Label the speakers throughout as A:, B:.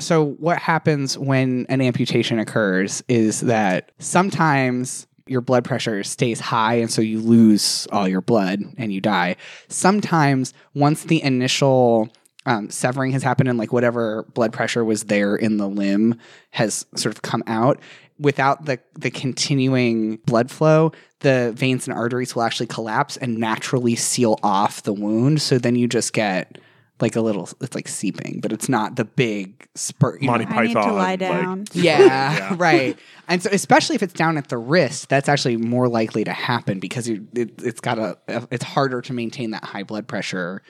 A: So, what happens when an amputation occurs is that sometimes your blood pressure stays high, and so you lose all your blood and you die. Sometimes, once the initial um, severing has happened and like whatever blood pressure was there in the limb has sort of come out without the the continuing blood flow the veins and arteries will actually collapse and naturally seal off the wound so then you just get like a little it's like seeping but it's not the big spurt you know?
B: Monty
C: I need
B: Python.
C: to lie
B: like-
C: down.
A: yeah, right. And so, especially if it's down at the wrist, that's actually more likely to happen because you, it, it's got a, it's harder to maintain that high blood pressure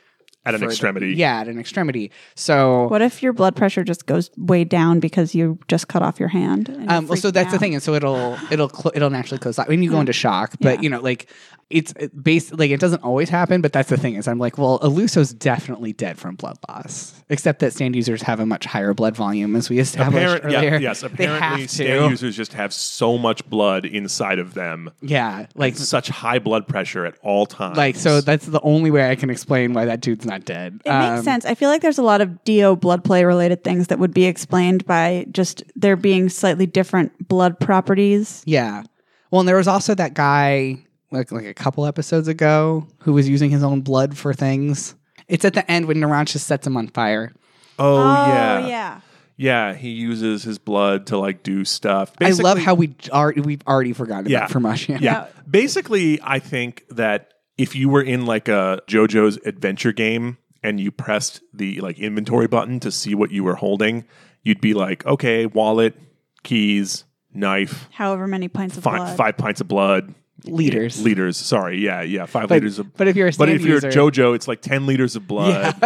B: At an
A: further-
B: extremity.
A: Yeah, at an extremity. So,
C: What if your blood pressure just goes way down because you just cut off your hand? and you're
A: um, well, so
C: freaking
A: that's the
C: out?
A: thing, and so it'll it'll cl- it'll naturally close up. I mean, you go into shock, but
C: Yeah.
A: you know, like it's it based like it doesn't always happen. But that's the thing is, I'm like, well, Eluso's definitely dead from blood loss, except that stand users have a much higher blood volume, as we established
B: Apparent- yeah,
A: earlier.
B: yes,
A: They have
B: apparently
A: to.
B: stand users just have so much blood inside of them,
A: Yeah, like
B: such high blood pressure at all times.
A: Like, so that's the only way I can explain why that dude's not dead. Um,
C: It makes sense. I feel like there's a lot of DO blood play related things that would be explained by just there being slightly different blood properties.
A: Yeah. Well, and there was also that guy, like, like a couple episodes ago, who was using his own blood for things. It's at the end when Narancha sets him on fire.
B: oh, yeah.
C: Oh, yeah.
B: Yeah, he uses his blood to like do stuff.
A: I love
B: Basically-
A: how we are, we've already forgotten
B: Yeah.
A: about Fromage.
B: Yeah. Basically, I think that if you were in like a JoJo's adventure game and you pressed the like inventory button to see what you were holding, you'd be like, okay, wallet, keys, knife,
C: However many pints of
B: fi-
C: blood.
B: five pints of blood.
A: Liters.
B: Liters. Sorry. Yeah. Yeah. Five
A: But,
B: liters of
A: but if you're a
B: But
A: stand
B: if you're
A: user,
B: JoJo, it's like 10 liters of blood.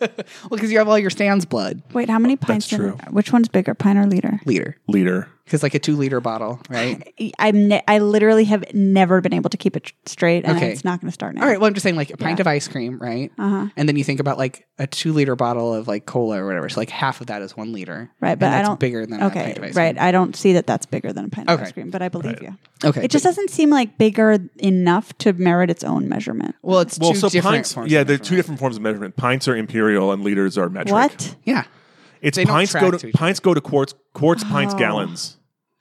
A: well, because you have all your stands blood
C: Wait, how many pints? in-
B: true.
C: which one's bigger, pint or liter?
A: liter.
B: Liter.
A: Because like a two liter bottle, right?
C: I'm ne- I literally have never been able to keep it tr- straight, and
A: Okay.
C: it's not going to start now.
A: All right. Well, I'm just saying, like a pint of ice cream, right?
C: Uh-huh.
A: And then you think about like a two liter bottle of like cola or whatever. So like half of that is one liter,
C: Right,
A: And
C: but I
A: that's
C: don't-
A: bigger than a
C: Okay,
A: pint of ice
C: right. I don't see that that's bigger than a pint of
A: Okay.
C: ice cream, but I believe you.
A: cream. Okay.
C: It just doesn't seem like bigger enough to merit its own measurement.
A: but- well, it's
B: Well,
A: two
B: so
A: different
B: pints.
A: forms.
B: Yeah,
A: of
B: they're
A: measurement.
B: two different forms of measurement. Pints are imperial and liters are metric.
C: What?
A: Yeah.
B: It's
A: They don't
B: pints
A: track
B: go to,
A: to each other.
B: pints go to quarts, quarts, pints,
C: Oh.
B: gallons.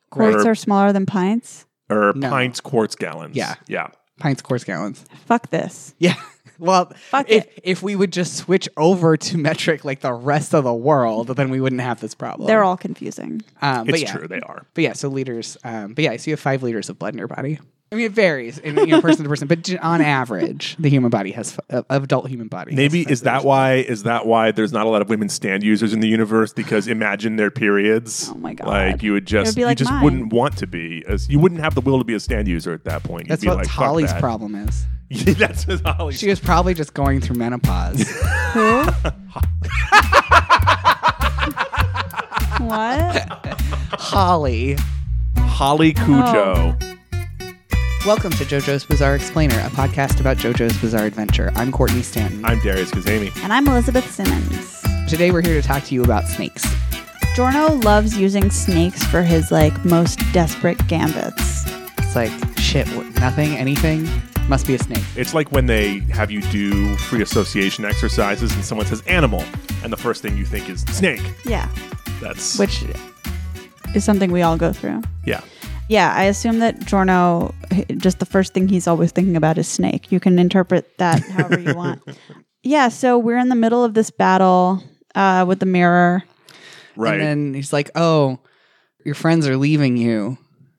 C: Quarts
B: Or-
C: are smaller than pints?
B: or
A: No.
B: pints, quarts, gallons.
A: Yeah.
B: yeah.
A: Pints, quarts, gallons.
C: Fuck this.
A: Yeah. Well,
C: Fuck
A: if,
C: it.
A: if we would just switch over to metric like the rest of the world, then we wouldn't have this problem.
C: They're all confusing.
A: um, but
B: It's
A: yeah.
B: true. They are.
A: But yeah, so liters. Um, but yeah, so you have five liters of blood in your body. I mean, it varies in you know, person to person, but j- on average, the human body has f- uh, adult human body. has
B: Maybe
A: five
B: is that
A: liters.
B: why is that why there's not a lot of women stand users in the universe because imagine their periods.
C: Oh my God.
B: Like you would just
C: be like
B: you just
C: mine.
B: wouldn't want to be as you wouldn't have the will to be a stand user at that point. You'd
A: That's
B: be
A: what
B: like, "Fuck
A: Holly's
B: that."
A: problem is.
B: Yeah, That's what Holly's.
A: She was probably just going through menopause.
C: Who? what?
A: Holly.
B: Holly
A: Oh.
B: Cujo.
A: Welcome to JoJo's Bizarre Explainer, a podcast about JoJo's Bizarre Adventure. I'm Courtney Stanton.
B: I'm Darius Kazemi.
C: And I'm Elizabeth Simmons.
A: Today we're here to talk to you about snakes.
C: Jorno loves using snakes for his like most desperate gambits.
A: It's like, shit, what, nothing, anything must be a snake.
B: It's like when they have you do free association exercises and someone says animal, and the first thing you think is snake.
C: Yeah.
B: That's
C: Which is something we all go through.
B: yeah.
C: Yeah, I assume that Jorno, h- just the first thing he's always thinking about is snake. You can interpret that however you want. Yeah, so we're in the middle of this battle uh, with the mirror.
B: Right.
A: And then he's like, oh, your friends are leaving you,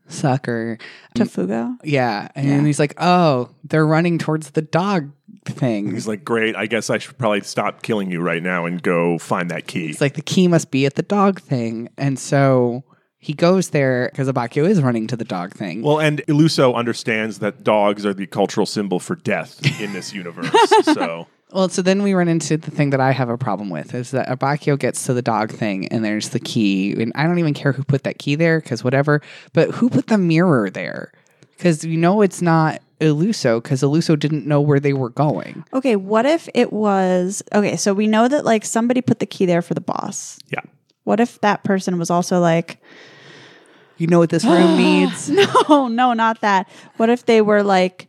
A: sucker.
C: to
B: Mm.
C: Fugo.
A: Yeah. And then he's like, oh, they're running towards the dog thing.
B: He's like, great. I guess I should probably stop killing you right now and go find that key.
A: It's like the key must be at the dog thing. And so he goes there because Abakio is running to the dog thing.
B: well, and Iluso understands that dogs are the cultural symbol for death in this universe. so
A: Well, so then we run into the thing that I have a problem with is that Abakio gets to the dog thing and there's the key. And I don't even care who put that key there because whatever, but who put the mirror there? Because you know it's not Eluso because Eluso didn't know where they were going.
C: Okay, what if it was okay? So we know that like somebody put the key there for the boss.
B: yeah,
C: What if that person was also like,
A: You know what this room needs?
C: no, no, not that. What if they were like,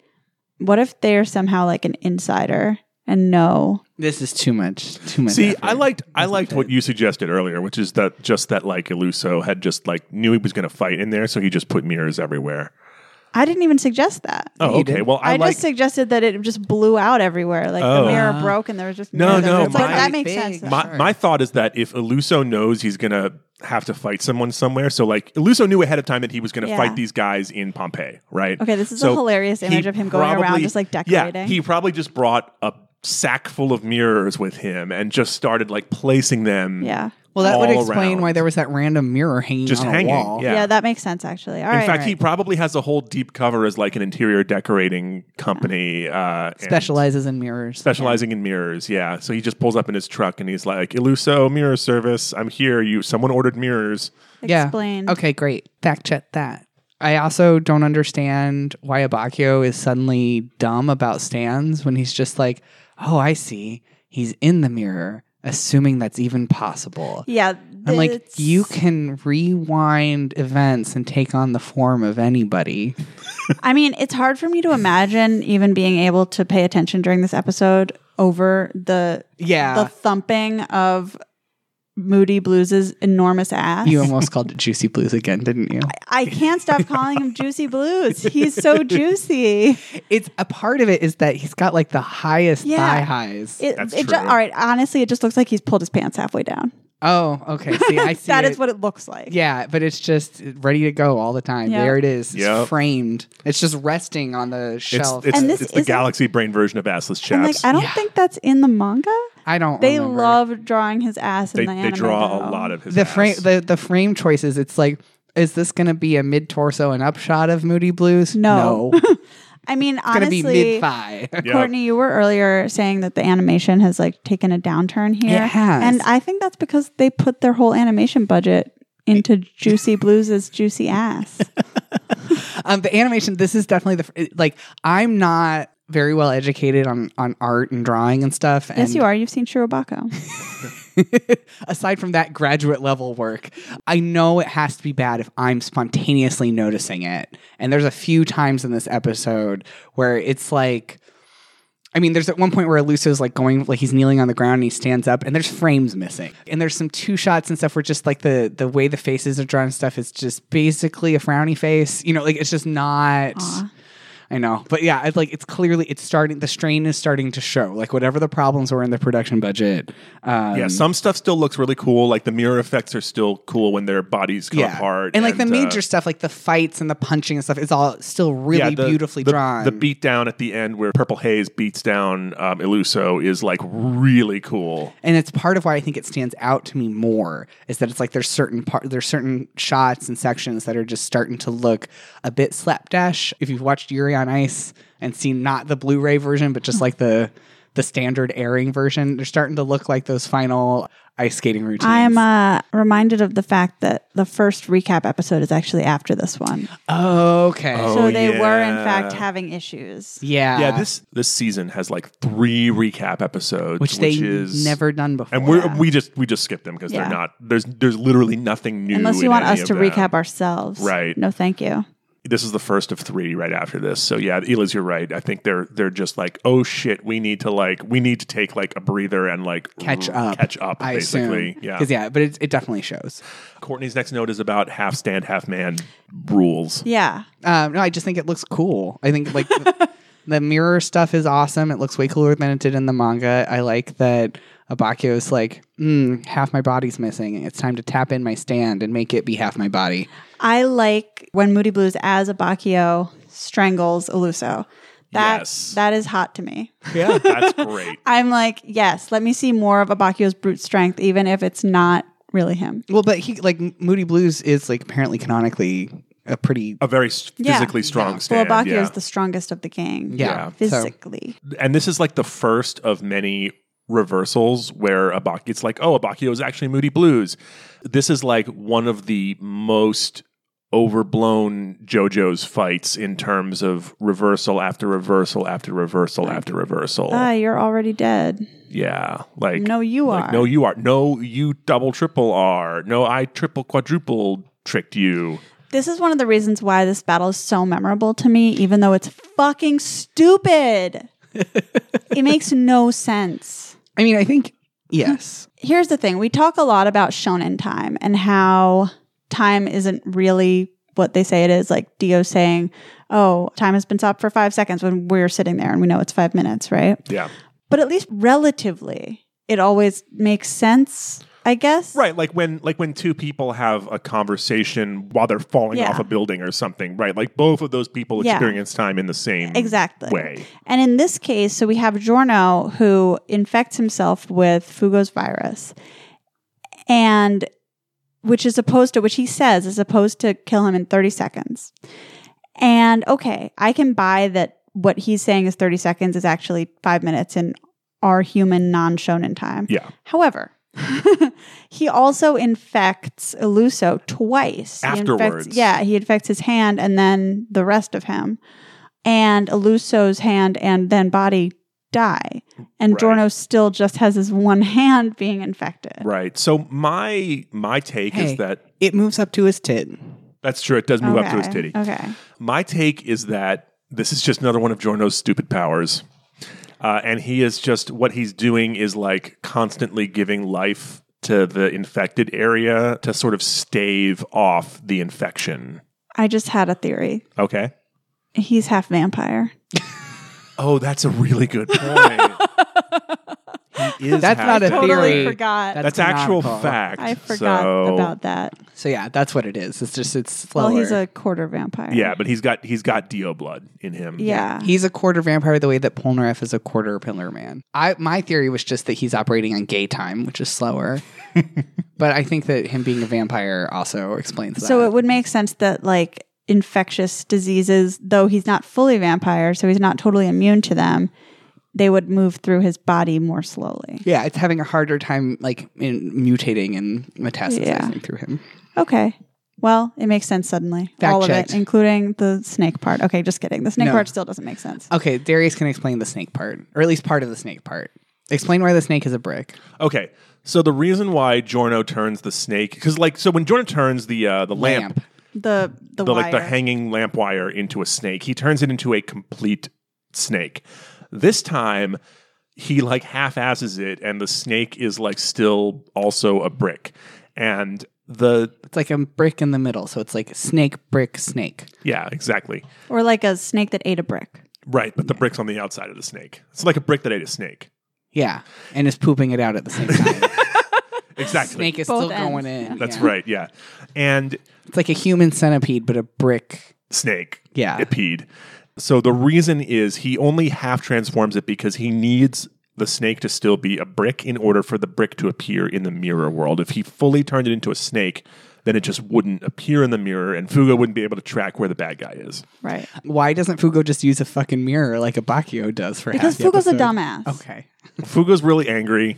C: what if they're somehow like an insider and no.
A: This is too much. Too much.
B: See,
A: effort.
B: I liked I liked what you suggested earlier, which is that just that like Eluso had just like knew he was going to fight in there, so he just put mirrors everywhere.
C: I didn't even suggest that.
B: Oh,
A: He
B: okay.
A: did.
B: Well, I,
C: I,
B: like
C: just suggested that it just blew out everywhere. Like
B: Oh.
C: the mirror broke and there was just
B: No,
C: mirrors
B: no,
C: everywhere.
B: my-
C: but that makes
A: Uh-huh. Big.
C: sense.
B: my my thought is that if Eluso knows he's going to have to fight someone somewhere, so like Eluso knew ahead of time that he was going to
C: Yeah.
B: fight these guys in Pompeii, right?
C: Okay, this is
B: So
C: a hilarious
B: he
C: image of him going around
B: probably-
C: just like decorating.
B: Yeah, he probably just brought a sack full of mirrors with him and just started like placing them.
C: yeah.
A: Well, that would
B: all
A: explain
B: around.
A: why there was that random mirror hanging
B: Just
A: on
B: hanging,
A: a wall.
B: yeah.
C: Yeah, that makes sense actually. All right.
B: In fact, he probably has a whole deep cover as like an interior decorating company, uh, and
A: Specializes in mirrors.
B: specializing in mirrors. Yeah, so he just pulls up in his truck and he's like, "Eluso Mirror Service, I'm here. You, someone ordered mirrors."
A: yeah.
C: Explained.
A: Okay, great. Fact check that. I also don't understand why Abacchio is suddenly dumb about stands when he's just like, "Oh, I see. He's in the mirror, assuming that's even possible."
C: Yeah.
A: I'm like,
C: it's-
A: you can rewind events and take on the form of anybody.
C: I mean, it's hard for me to imagine even being able to pay attention during this episode over the the
A: Yeah.
C: thumping of Moody Blues' enormous ass.
A: you almost called it Juicy Blues again, didn't you?
C: I can't stop calling him Juicy Blues. He's so juicy.
A: It's a part of it is that he's got like the highest
C: Yeah.
A: thigh highs.
C: It,
B: That's
C: it ju-
B: true.
C: all right, honestly, it just looks like he's pulled his pants halfway down.
A: oh, okay. See, I see.
C: That is
A: it.
C: what it looks like.
A: Yeah, but it's just ready to go all the time.
C: Yeah.
A: There it is. It's
B: Yep.
A: framed. It's just resting on the
B: It's
A: shelf.
B: it's,
C: And this
B: it's the
C: isn't-
B: galaxy brain version of assless
C: And like,
B: chaps.
C: I don't
A: Yeah.
C: think that's in the manga.
A: I don't.
C: They
A: remember.
C: love drawing his ass in
B: they,
C: the
B: they
C: anime.
B: draw a
C: though.
B: lot of his
A: the
B: ass.
A: frame. The the frame choices. It's like, is this going to be a mid torso and upshot of Moody Blues?
C: No.
A: it's
C: I mean,
A: going to
C: honestly,
A: be mid thigh.
B: Yeah.
C: Courtney, you were earlier saying that the animation has like taken a downturn here.
A: It has.
C: And I think that's because they put their whole animation budget into Juicy Blues' juicy ass.
A: um, the animation. This is definitely the fr- it- like. I'm not very well educated on on art and drawing and stuff. And
C: yes, you are. You've seen Shirobako.
A: aside from that graduate level work, I know it has to be bad if I'm spontaneously noticing it. And there's a few times in this episode where it's like, I mean, there's at one point where Eluso's like going, like he's kneeling on the ground and he stands up, and there's frames missing, and there's some two shots and stuff where just like the the way the faces are drawn and stuff is just basically a frowny face, you know, like it's just not.
C: Aw.
A: I know, but yeah, it's like it's clearly it's starting. The strain is starting to show. Like whatever the problems were in the production budget, um,
B: yeah, some stuff still looks really cool. Like the mirror effects are still cool when their bodies come apart,
A: And like the
B: uh,
A: major stuff, like the fights and the punching and stuff, is all still really
B: yeah, the-
A: beautifully
B: the,
A: drawn.
B: The beatdown at the end where Purple Haze beats down um, Eluso is like really cool.
A: and it's part of why I think it stands out to me more is that it's like there's certain part there's certain shots and sections that are just starting to look a bit slapdash. If you've watched Yuri on Ice and seen not the Blu-ray version, but just like the the standard airing version, they're starting to look like those final ice skating routines.
C: I am uh, reminded of the fact that the first recap episode is actually after this one.
A: okay.
B: Oh,
C: so they were, in
B: yeah.
C: fact, having issues.
A: yeah.
B: yeah, this this season has like three recap episodes,
A: which
B: which,
A: they
B: is
A: never done before.
B: And we we just we just skip them because
C: Yeah.
B: they're not there's there's literally nothing new.
C: Unless you
B: in
C: want
B: any
C: us
B: of
C: to
B: them.
C: recap ourselves.
B: Right.
C: No, thank you.
B: This is the first of three right after this. So yeah, Eliz, you're right. I think they're they're just like oh shit, we need to like we need to take like a breather and like
A: catch
B: r-
A: up.
B: catch up
A: I
B: basically.
A: assume.
B: Yeah.
A: 'Cause, yeah, but it, it definitely shows.
B: Courtney's next note is about half stand half man rules.
C: Yeah.
A: Um, no, I just think it looks cool. I think like the, the mirror stuff is awesome. It looks way cooler than it did in the manga. I like that Abakio is like mm, half my body's missing. It's time to tap in my stand and make it be half my body.
C: I like when Moody Blues as Abacchio strangles Eluso. That
B: Yes.
C: that is hot to me.
B: Yeah, that's great.
C: I'm like, yes, let me see more of Abacchio's brute strength, even if it's not really him.
A: Well, but he like Moody Blues is like apparently canonically a pretty
B: a very s
C: Yeah.
B: physically strong
C: Well,
B: stand.
C: Abacchio
B: yeah.
C: is the strongest of the gang.
A: yeah. So
C: Physically.
B: and this is like the first of many reversals where Abak it's like, oh, Abacchio is actually Moody Blues. This is like one of the most overblown JoJo's fights in terms of reversal after reversal after reversal after reversal.
C: ah, you're already dead.
B: yeah. Like
C: no, you
B: like,
C: are.
B: no you are. No you double triple R. No I triple quadruple tricked you.
C: This is one of the reasons why this battle is so memorable to me, even though it's fucking stupid. it makes no sense.
A: I mean, I think yes.
C: Here's the thing we talk a lot about shonen time and how time isn't really what they say it is. Like Dio saying, oh, time has been stopped for five seconds when we're sitting there and we know it's five minutes, right?
B: Yeah.
C: But at least relatively, it always makes sense, I guess.
B: Right, like when like when two people have a conversation while they're falling
C: Yeah.
B: off a building or something, right? Like both of those people
C: Yeah.
B: experience time in the same
C: Exactly.
B: way.
C: And in this case, so we have Giorno who infects himself with Fugo's virus, and which is supposed to, which he says is supposed to kill him in 30 seconds. And okay, I can buy that what he's saying is 30 seconds is actually five minutes in our human non shonen time.
B: Yeah.
C: However, he also infects Eluso twice. He infects-
B: Afterwards.
C: yeah, he infects his hand and then the rest of him. And Eluso's hand and then body die. And
B: Right.
C: Jorno still just has his one hand being infected.
B: Right. So my my take
A: Hey.
B: is that
A: It moves up to his tit.
B: that's true. It does move up to his
C: Okay,
B: titty.
C: Okay.
B: My take is that this is just another one of Jorno's stupid powers. Uh, and he is just what he's doing is like constantly giving life to the infected area to sort of stave off the infection.
C: I just had a theory.
B: Okay.
C: He's half vampire.
B: Oh, that's a really good point. he is
A: That's not a
B: half-dead.
A: theory.
C: Totally forgot.
A: That's-
B: That's, actual
A: canonical.
B: fact.
C: I forgot
B: So-
C: about that.
A: So yeah, that's what it is. It's just it's
C: Well,
A: lower.
C: he's a quarter vampire.
B: Yeah, but he's got he's got Dio blood in him.
C: Yeah.
A: He's a quarter vampire the way that Polnareff is a quarter pillar man. I my theory was just that he's operating on gay time, which is slower. but I think that him being a vampire also explains that.
C: So it would make sense that like infectious diseases, though he's not fully vampire, so he's not totally immune to them, they would move through his body more slowly.
A: yeah, it's having a harder time like in mutating and metastasizing
C: Yeah.
A: through him.
C: Okay. Well, it makes sense suddenly.
A: Fact
C: All
A: checked.
C: of it, including the snake part. Okay, just kidding. The snake
A: No. Uh,
C: part still doesn't make sense.
A: Okay, Darius can explain the snake part, or at least part of the snake part. Explain why the snake is a brick.
B: Okay. So the reason why Jorno turns the snake because like so when Jorno turns the uh, the lamp,
A: Lamp.
C: The the,
B: the
C: wire.
B: like the hanging lamp wire into a snake, he turns it into a complete snake. This time he like half asses it and the snake is like still also a brick. And the
A: It's like a brick in the middle, so it's like snake, brick, snake.
B: yeah, exactly.
C: or like a snake that ate a brick.
B: Right, but the brick's on the outside of the snake. It's like a brick that ate a snake.
A: Yeah, and is pooping it out at the same time.
B: Exactly.
A: snake is
C: Both
A: still going
C: ends,
A: in.
B: That's
A: yeah.
B: right, yeah. And
A: It's like a human centipede, but a brick.
B: snake.
A: Yeah.
B: It peed. So the reason is he only half transforms it because he needs the snake to still be a brick in order for the brick to appear in the mirror world. If he fully turned it into a snake, then it just wouldn't appear in the mirror and Fuga wouldn't be able to track where the bad guy is.
C: Right.
A: Why doesn't Fugo just use a fucking mirror like Abakio does for
C: Because
A: half the
C: Fugo's a
A: episode?
C: dumbass.
A: Okay.
B: Fuga's really angry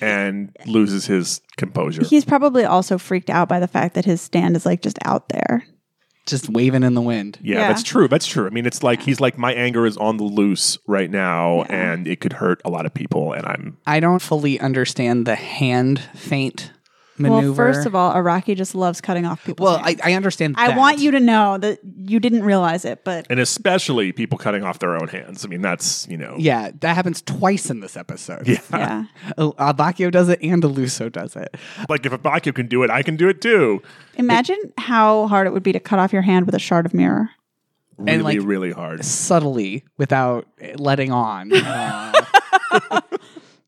B: and loses his composure.
C: He's probably also freaked out by the fact that his stand is like just out there.
A: Just waving in the wind.
B: yeah,
C: Yeah.
B: that's true. That's true. I mean, it's like he's like, my anger is on the loose right now and it could hurt a lot of people. And I'm
A: I don't fully understand the hand feint maneuver.
C: Well, first of all, Araki just loves cutting off people's
A: well,
C: hands.
A: I, I understand.
C: I
A: that.
C: want you to know that you didn't realize it, but
B: and especially people cutting off their own hands. I mean, that's you know,
A: Yeah, that happens twice in this episode.
B: Yeah.
C: yeah.
A: Oh, Abakio does it and Aluso does it.
B: like if a Baku can do it, I can do it too.
C: Imagine how hard it would be to cut off your hand with a shard of mirror.
B: Really,
A: like-
B: really hard.
A: Subtly, without letting on. uh,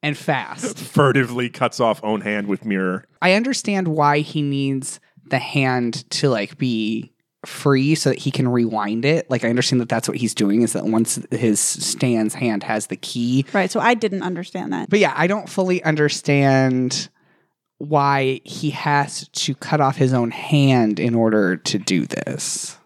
A: and fast.
B: Furtively cuts off own hand with mirror.
A: I understand why he needs the hand to like be free so that he can rewind it. Like I understand that that's what he's doing is that once his stand's hand has the key.
C: Right. So I didn't understand that.
A: But yeah, I don't fully understand why he has to cut off his own hand in order to do this.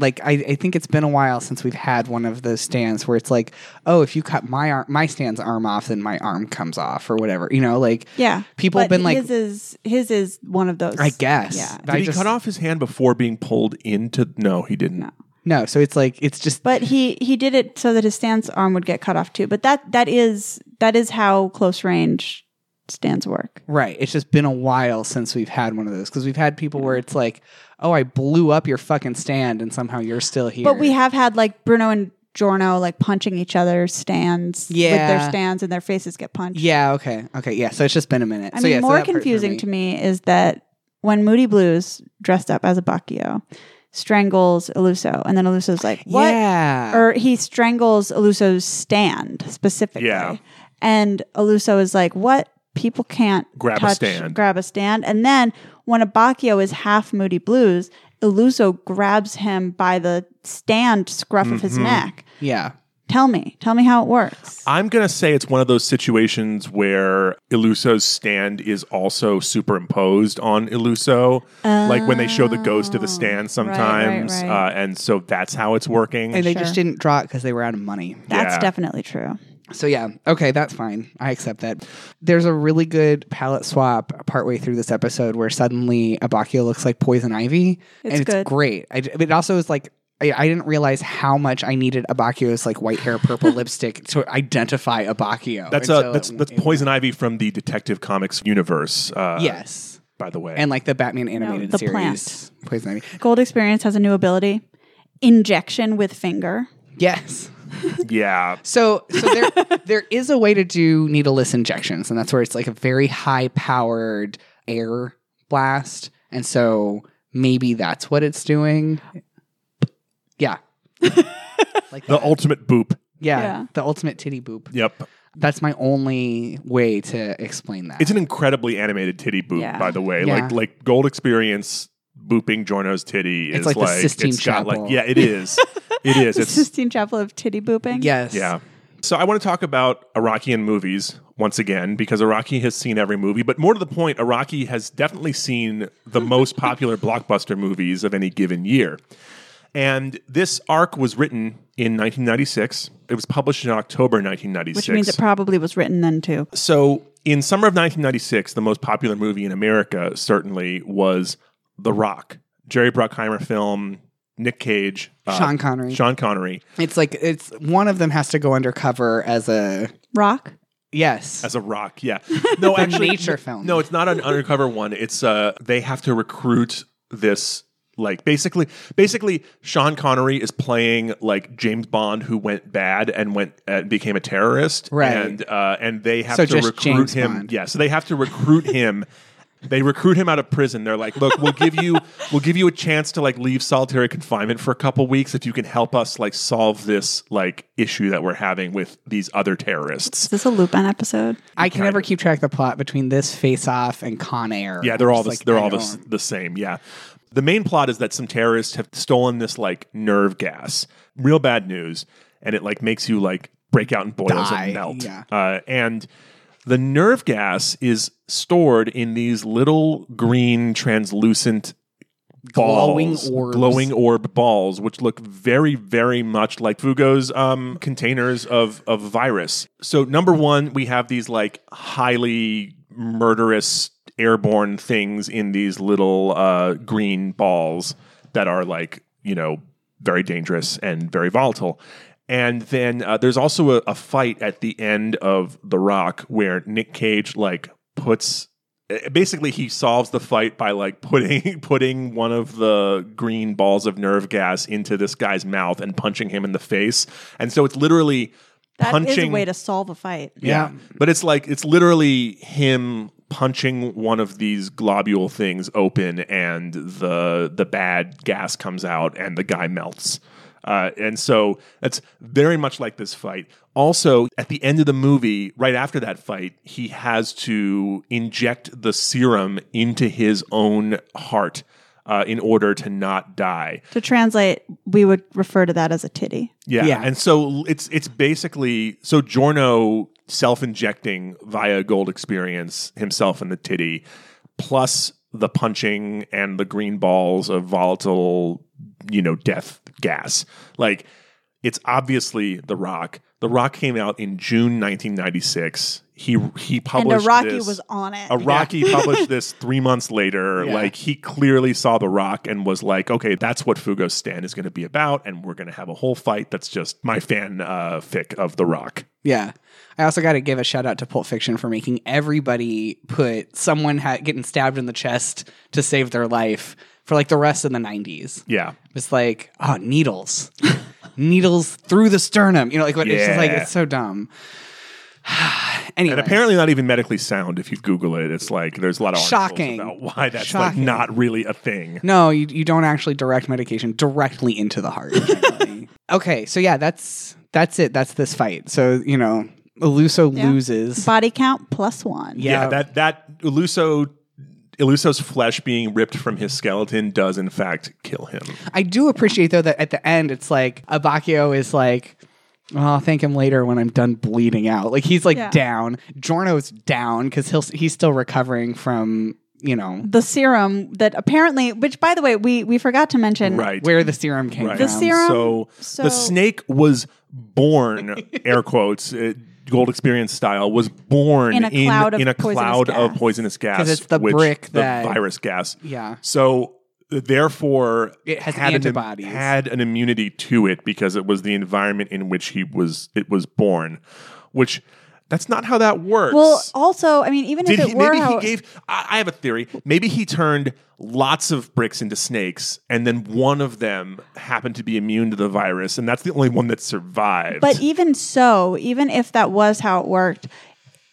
A: Like I, I think it's been a while since we've had one of those stands where it's like, oh, if you cut my arm, my stand's arm off, then my arm comes off or whatever. You know, like
C: Yeah.
A: People have
C: But
A: been like-
C: his is his is one of those.
A: I guess.
C: Yeah.
A: But
B: Did
A: I
B: he
A: just-
B: cut off his hand before being pulled into? No, he didn't.
C: No.
A: No, so it's like it's just
C: But he he did it so that his stance arm would get cut off too. But that that is that is how close range stands work.
A: Right. It's just been a while since we've had one of those because we've had people where
C: Mm-hmm.
A: it's like, oh, I blew up your fucking stand and somehow you're still here.
C: But we have had like Bruno and Jorno like punching each other's stands with their
A: Yeah.
C: stands and their faces get punched.
A: Yeah. Okay. Okay. Yeah. So it's just been a minute.
C: I
A: so
C: mean,
A: yeah, so
C: more
A: that part for
C: confusing
A: me-
C: to me is that when Moody Blues dressed up as a Bacchio, strangles Eluso, and then Eluso's like, "What?" er
A: Yeah.
B: Um,
C: Or he strangles Eluso's stand specifically.
B: Yeah.
C: And Eluso is like, "What? People can't
B: Grab a
C: touch-
B: stand."
C: Grab a stand." And then when a Bacchio is half Moody Blues, Eluso grabs him by the stand scruff of
B: Mm-hmm.
C: his neck.
A: yeah.
C: Tell me, tell me how it works.
B: I'm going to say it's one of those situations where Iluso's stand is also superimposed on Iluso. like when they show the ghost of the stand sometimes.
C: Oh. right.
B: Uh, and so that's how it's working.
A: And they
C: Sure.
A: just didn't draw it because they were out of money.
C: That's
B: yeah.
C: definitely true.
A: So yeah, okay, that's fine. I accept that. There's a really good palette swap partway through this episode where suddenly Abakio looks like Poison Ivy,
C: It's
A: and it's
C: good.
A: great. I, it also is like I, I didn't realize how much I needed Abakio's like white hair, purple lipstick to identify Abakio.
B: that's
A: And
B: uh,
A: so
B: that's
A: it-
B: that's
A: it-
B: Poison Ivy from the Detective Comics universe. Uh,
A: yes,
B: by the way,
A: and like the Batman animated
C: the
A: series,
C: plant.
A: Poison Ivy.
C: Gold Experience has a new ability injection with finger.
A: Yes.
B: yeah,
A: So, so there, there is a way to do needleless injections, and that's where it's like a very high powered air blast, and so maybe that's what it's doing. Yeah, like
B: the
A: that.
B: ultimate boop.
A: yeah,
C: Yeah.
A: the ultimate titty boop.
B: Yep,
A: That's my only way to explain that.
B: it's an incredibly animated titty boop.
C: Yeah.
B: By the way,
A: Yeah.
B: like like Gold Experience booping Jorno's titty
A: It's
B: is
A: like
B: like,
A: the Sistine
B: it's got
A: Chapel.
B: like yeah, it is, it is.
C: The
B: It's
C: Sistine Chapel of titty booping.
A: yes,
B: yeah. So I want to talk about Iraqian movies once again because Iraqi has seen every movie, but more to the point, Iraqi has definitely seen the most popular blockbuster movies of any given year. And this arc was written in 1996. It was published in October 1996.
C: Which means it probably was written then too.
B: So, in summer of 1996, the most popular movie in America certainly was The Rock, Jerry Bruckheimer film, Nick Cage, uh,
A: Sean Connery.
B: Sean Connery
A: It's like it's one of them has to go undercover as a
C: Rock.
A: yes.
B: as a rock. Yeah, no, actually,
A: nature
B: n-
A: film.
B: No, it's not an undercover one. It's uh, they have to recruit this. Like basically, basically, Sean Connery is playing like James Bond, who went bad and went and became a terrorist,
A: Right.
B: And uh, and they have
A: So
B: to
A: just
B: recruit
A: James
B: him.
A: Bond.
B: Yeah, so they have to recruit him. They recruit him out of prison. They're like, "Look, we'll give you we'll give you a chance to like leave solitary confinement for a couple weeks if you can help us like solve this like issue that we're having with these other terrorists."
C: Is this a Lupin episode?
A: I can never keep track of the plot between this Face Off and Con Air.
B: Yeah, they're all
A: It's
B: the,
A: like,
B: they're
A: I
B: all the,
A: don't-
B: s- the same. Yeah, the main plot is that some terrorists have stolen this like nerve gas, real bad news, and it like makes you like break out in boils
A: Die,
B: and melt.
A: yeah.
B: Uh, and the nerve gas is stored in these little green translucent.
A: Glowing
B: balls,
A: orbs.
B: glowing orb balls, which look very, very much like Fugo's um, containers of of virus. So number one, we have these like highly murderous airborne things in these little uh, green balls that are like you know very dangerous and very volatile. And then uh, there's also a, a fight at the end of The Rock where Nick Cage like puts uh, basically he solves the fight by like putting putting one of the green balls of nerve gas into this guy's mouth and punching him in the face and so it's literally
C: That is
B: punching
C: a way to solve a fight.
B: yeah. but it's like it's literally him punching one of these globule things open and the the bad gas comes out and the guy melts uh, and so that's very much like this fight. Also, at the end of the movie, right after that fight, he has to inject the serum into his own heart uh, in order to not die.
C: To translate, we would refer to that as a titty.
B: Yeah.
A: Yeah.
B: And so l- it's it's basically so Jorno self-injecting via gold experience himself in the titty plus the punching and the green balls of volatile, you know, death gas. Like it's obviously The Rock. The Rock came out in June 1996. He he
C: And
B: published
C: Iraqi
B: this-
C: was on it.
B: a Rocky published this three months later.
A: Yeah.
B: Like he clearly saw The Rock and was like, okay, that's what Fugo's stand is going to be about, and we're going to have a whole fight that's just my fan uh, fic of The Rock.
A: Yeah. I also got to give a shout out to Pulp Fiction for making everybody put someone ha- getting stabbed in the chest to save their life for like the rest of the 90s.
B: Yeah,
A: It's like, oh, needles. needles through the sternum. You know, like what it's just like
B: Yeah.
A: it's so dumb. anyway,
B: And apparently not even medically sound if you Google it. It's like there's a lot of articles
A: Shocking.
B: about why that's
A: Shocking.
B: like not really a thing.
A: no, you you don't actually direct medication directly into the heart. generally. okay, so yeah, that's that's it. That's this fight. So you know, Eluso
C: Yeah.
A: loses.
C: Body count plus one.
A: Yeah.
B: Yeah, that that Iluso Iluso's flesh being ripped from his skeleton does in fact kill him.
A: I do appreciate though that at the end it's like Abakio is like "Oh, I'll thank him later when I'm done bleeding out. Like he's like
C: Yeah.
A: down. Jorno's down because he'll he's still recovering from you know
C: The serum that apparently, which by the way, we we forgot to mention.
B: Right.
A: where the serum came
B: right. Um,
A: from.
C: The serum-
B: so,
C: so-
B: the snake was born, air quotes, uh, gold experience style, was born
C: In a cloud of
B: in a
C: poisonous
B: cloud of
C: gas.
B: poisonous gas.
A: 'Cause it's the
B: which
A: brick
B: the
A: that-
B: virus gas.
A: Yeah.
B: So uh, therefore
A: It has
B: had an im-
A: antibodies.
B: had an immunity to it because it was the environment in which he was it was born. Which that's not how that works.
C: Well, also, I mean, even
B: Did
C: if it
B: he,
C: were,
B: maybe
C: how-
B: he gave. I, I have a theory. Maybe he turned lots of bricks into snakes, and then one of them happened to be immune to the virus, and that's the only one that survived.
C: but even so, even if that was how it worked,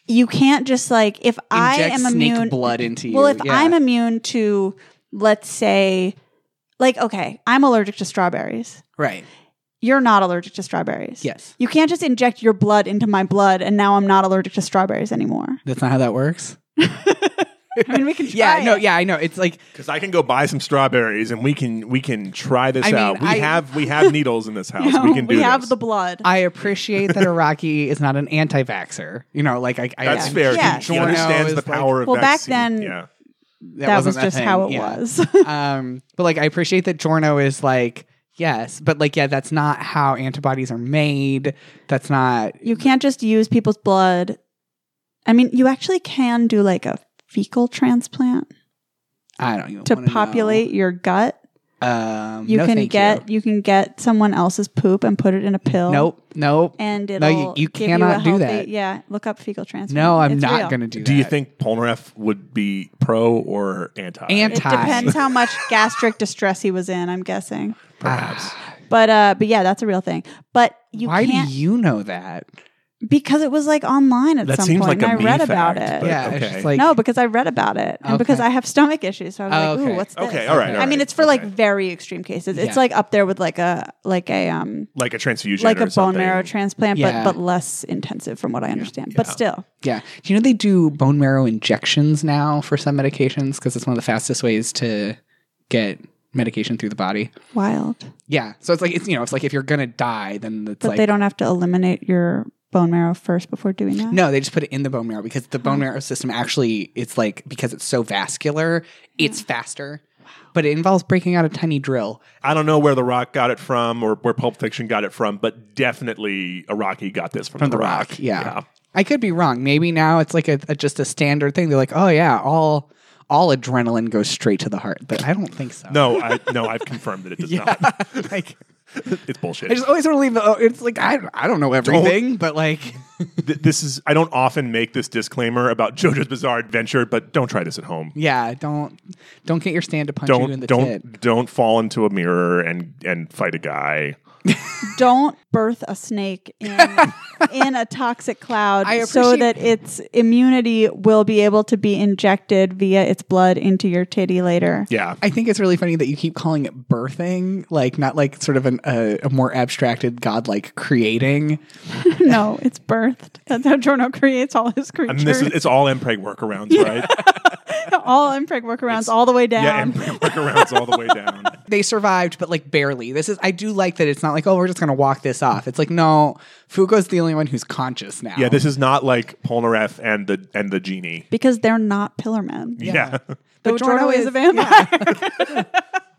C: you can't just like if I
A: Inject
C: am
A: snake
C: immune.
A: blood into
C: Well,
A: you,
C: if
A: yeah.
C: I'm immune to, let's say, like okay, I'm allergic to strawberries.
A: Right.
C: You're not allergic to strawberries.
A: Yes.
C: You can't just inject your blood into my blood, and now I'm not allergic to strawberries anymore.
A: That's not how that works.
C: I mean, we can
A: Yeah.
C: try.
A: No.
C: it.
A: Yeah. I know. It's like
B: because I can go buy some strawberries, and we can we can try this
A: I mean,
B: out. We
A: I-
B: have we have needles in this house.
C: No,
B: we can do.
C: have
B: this.
C: the blood.
A: I appreciate that Iraqi is not an anti-vaxer. You know, like I. I
B: That's
A: I-
B: fair.
C: Yeah.
B: He, he
A: Giorno
B: understands
A: is
B: the
A: like-
B: power of
C: Well, back
B: vaccine.
C: then-
B: Yeah.
A: That,
C: that
A: wasn't
C: was
A: a
C: just
A: thing,
C: how it
A: yeah.
C: was.
A: um, but like I appreciate that Jorno is like yes, but like yeah, that's not how antibodies are made. That's not
C: you can't just use people's blood. I mean, you actually can do like a fecal transplant
A: I don't even
C: to
A: wanna know.
C: populate your gut.
A: Um,
C: You
A: no,
C: can
A: thank
C: get you. can get someone else's poop and put it in a pill.
A: Nope. Nope.
C: And it'll
A: No, you- you
C: give
A: cannot
C: a
A: do
C: healthy-
A: that.
C: Yeah, look up fecal transplant.
A: No, I'm
C: It's
A: not
C: real.
A: going to do that.
B: Do you think Polnareff would be pro or anti?
A: Anti.
C: It depends how much gastric distress he was in. I'm guessing,
B: perhaps.
C: but uh, but yeah, that's a real thing. But you
A: Ah, Why
C: can't
A: do you know that?
C: because it was like online at
B: That
C: some
B: seems like
C: point,
B: a
C: and I
B: me
C: read about
B: fact,
C: it.
B: but-
A: yeah, it's
B: okay.
A: just like
C: no, because I read about it, and because
A: Okay.
C: I have stomach issues, so I
A: Oh,
C: was like,
A: okay.
C: "Ooh, what's this?"
B: Okay, all right, all
C: I mean,
B: right,
C: it's for like
B: okay.
C: very extreme cases.
A: Yeah.
C: It's like up there with like a like a um
B: like a transfusion,
C: like
B: or
C: a bone
B: something.
C: marrow transplant,
A: Yeah.
C: but but less intensive, from what I understand. But still,
A: yeah. Do you know they do bone marrow injections now for some medications because it's one of the fastest ways to get medication through the body.
C: wild.
A: Yeah, so it's like it's you know it's like if you're gonna die, then it's
C: But
A: like
C: they don't have to eliminate your bone marrow first before doing that.
A: No, they just put it in the bone marrow because the bone marrow system actually it's like because it's so vascular, it's faster. But it involves breaking out a tiny drill.
B: I don't know where The Rock got it from or where Pulp Fiction got it from, but definitely Iraqi got this from, The, Rock.
A: Yeah. I could be wrong. Maybe now it's like a, a just a standard thing. They're like, "Oh yeah, all all adrenaline goes straight to the heart." But I don't think so.
B: No, I no, I've confirmed that it does
A: Yeah.
B: not.
A: like
B: It's bullshit.
A: I just always want to leave the oh, it's like I I don't know everything, but like
B: Th- this is I don't often make this disclaimer about JoJo's Bizarre Adventure, but don't try this at home.
A: yeah, don't don't get your stand to punch you in
B: Don't
A: the
B: don't
A: tit.
B: don't fall into a mirror and and fight a guy.
C: Don't birth a snake in in a toxic cloud
A: I
C: so
A: appreciate-
C: that its immunity will be able to be injected via its blood into your titty later.
B: Yeah.
A: I think it's really funny that you keep calling it birthing, like not like sort of an, a, a more abstracted godlike creating.
C: no, it's birthed. That's how Jorno creates all his
B: I
C: creatures.
B: mean, this is it's all Mpreg workarounds, right?
C: all impreg workarounds all the way down.
B: yeah, Mpreg workarounds all the way down.
A: They survived, but like barely. This is I do like that it's not like oh we're just gonna walk this off. It's like no, Fugo's the only one who's conscious now.
B: Yeah, this is not like Polnareff and the and the genie.
C: because they're not pillar men.
A: Yeah.
B: yeah.
C: Though
A: But Jorno
C: Jorno is,
A: is-
C: a vampire.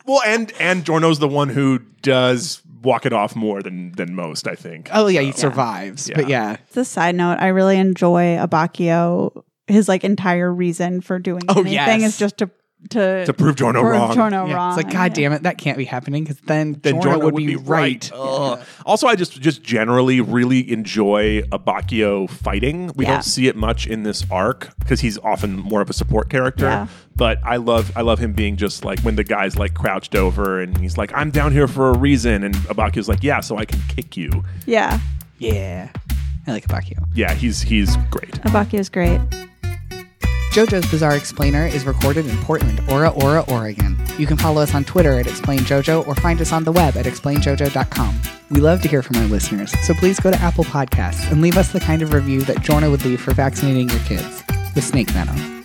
B: Well, and and Jorno's the one who does walk it off more than than most, I think.
A: Oh yeah, he survives. But yeah.
C: It's a side note. I really enjoy Abacchio. His like entire reason for doing
A: Oh,
C: anything
A: yes.
C: is just to to,
B: to prove Jorno
C: prove
B: wrong.
C: Giorno
A: Yeah,
C: wrong.
A: It's like,
C: and-
A: God damn it, that can't be happening because then,
B: then
A: Giorno,
B: Jorno
A: would, be, right.
B: Ugh. Also, I just just generally really enjoy Abacchio fighting. We
C: Yeah.
B: don't see it much in this arc because he's often more of a support character.
C: Yeah.
B: But I love I love him being just like when the guy's like crouched over and he's like, "I'm down here for a reason," and Abacchio's like, "Yeah, so I can kick you."
C: Yeah.
A: Yeah. I like Abacchio.
B: Yeah, he's he's great.
C: Abakio's great.
A: JoJo's Bizarre Explainer is recorded in Portland, Ora Ora, Oregon. You can follow us on Twitter at ExplainJojo or find us on the web at explainjojo.com. We love to hear from our listeners, so please go to Apple Podcasts and leave us the kind of review that Jorna would leave for vaccinating your kids with snake venom.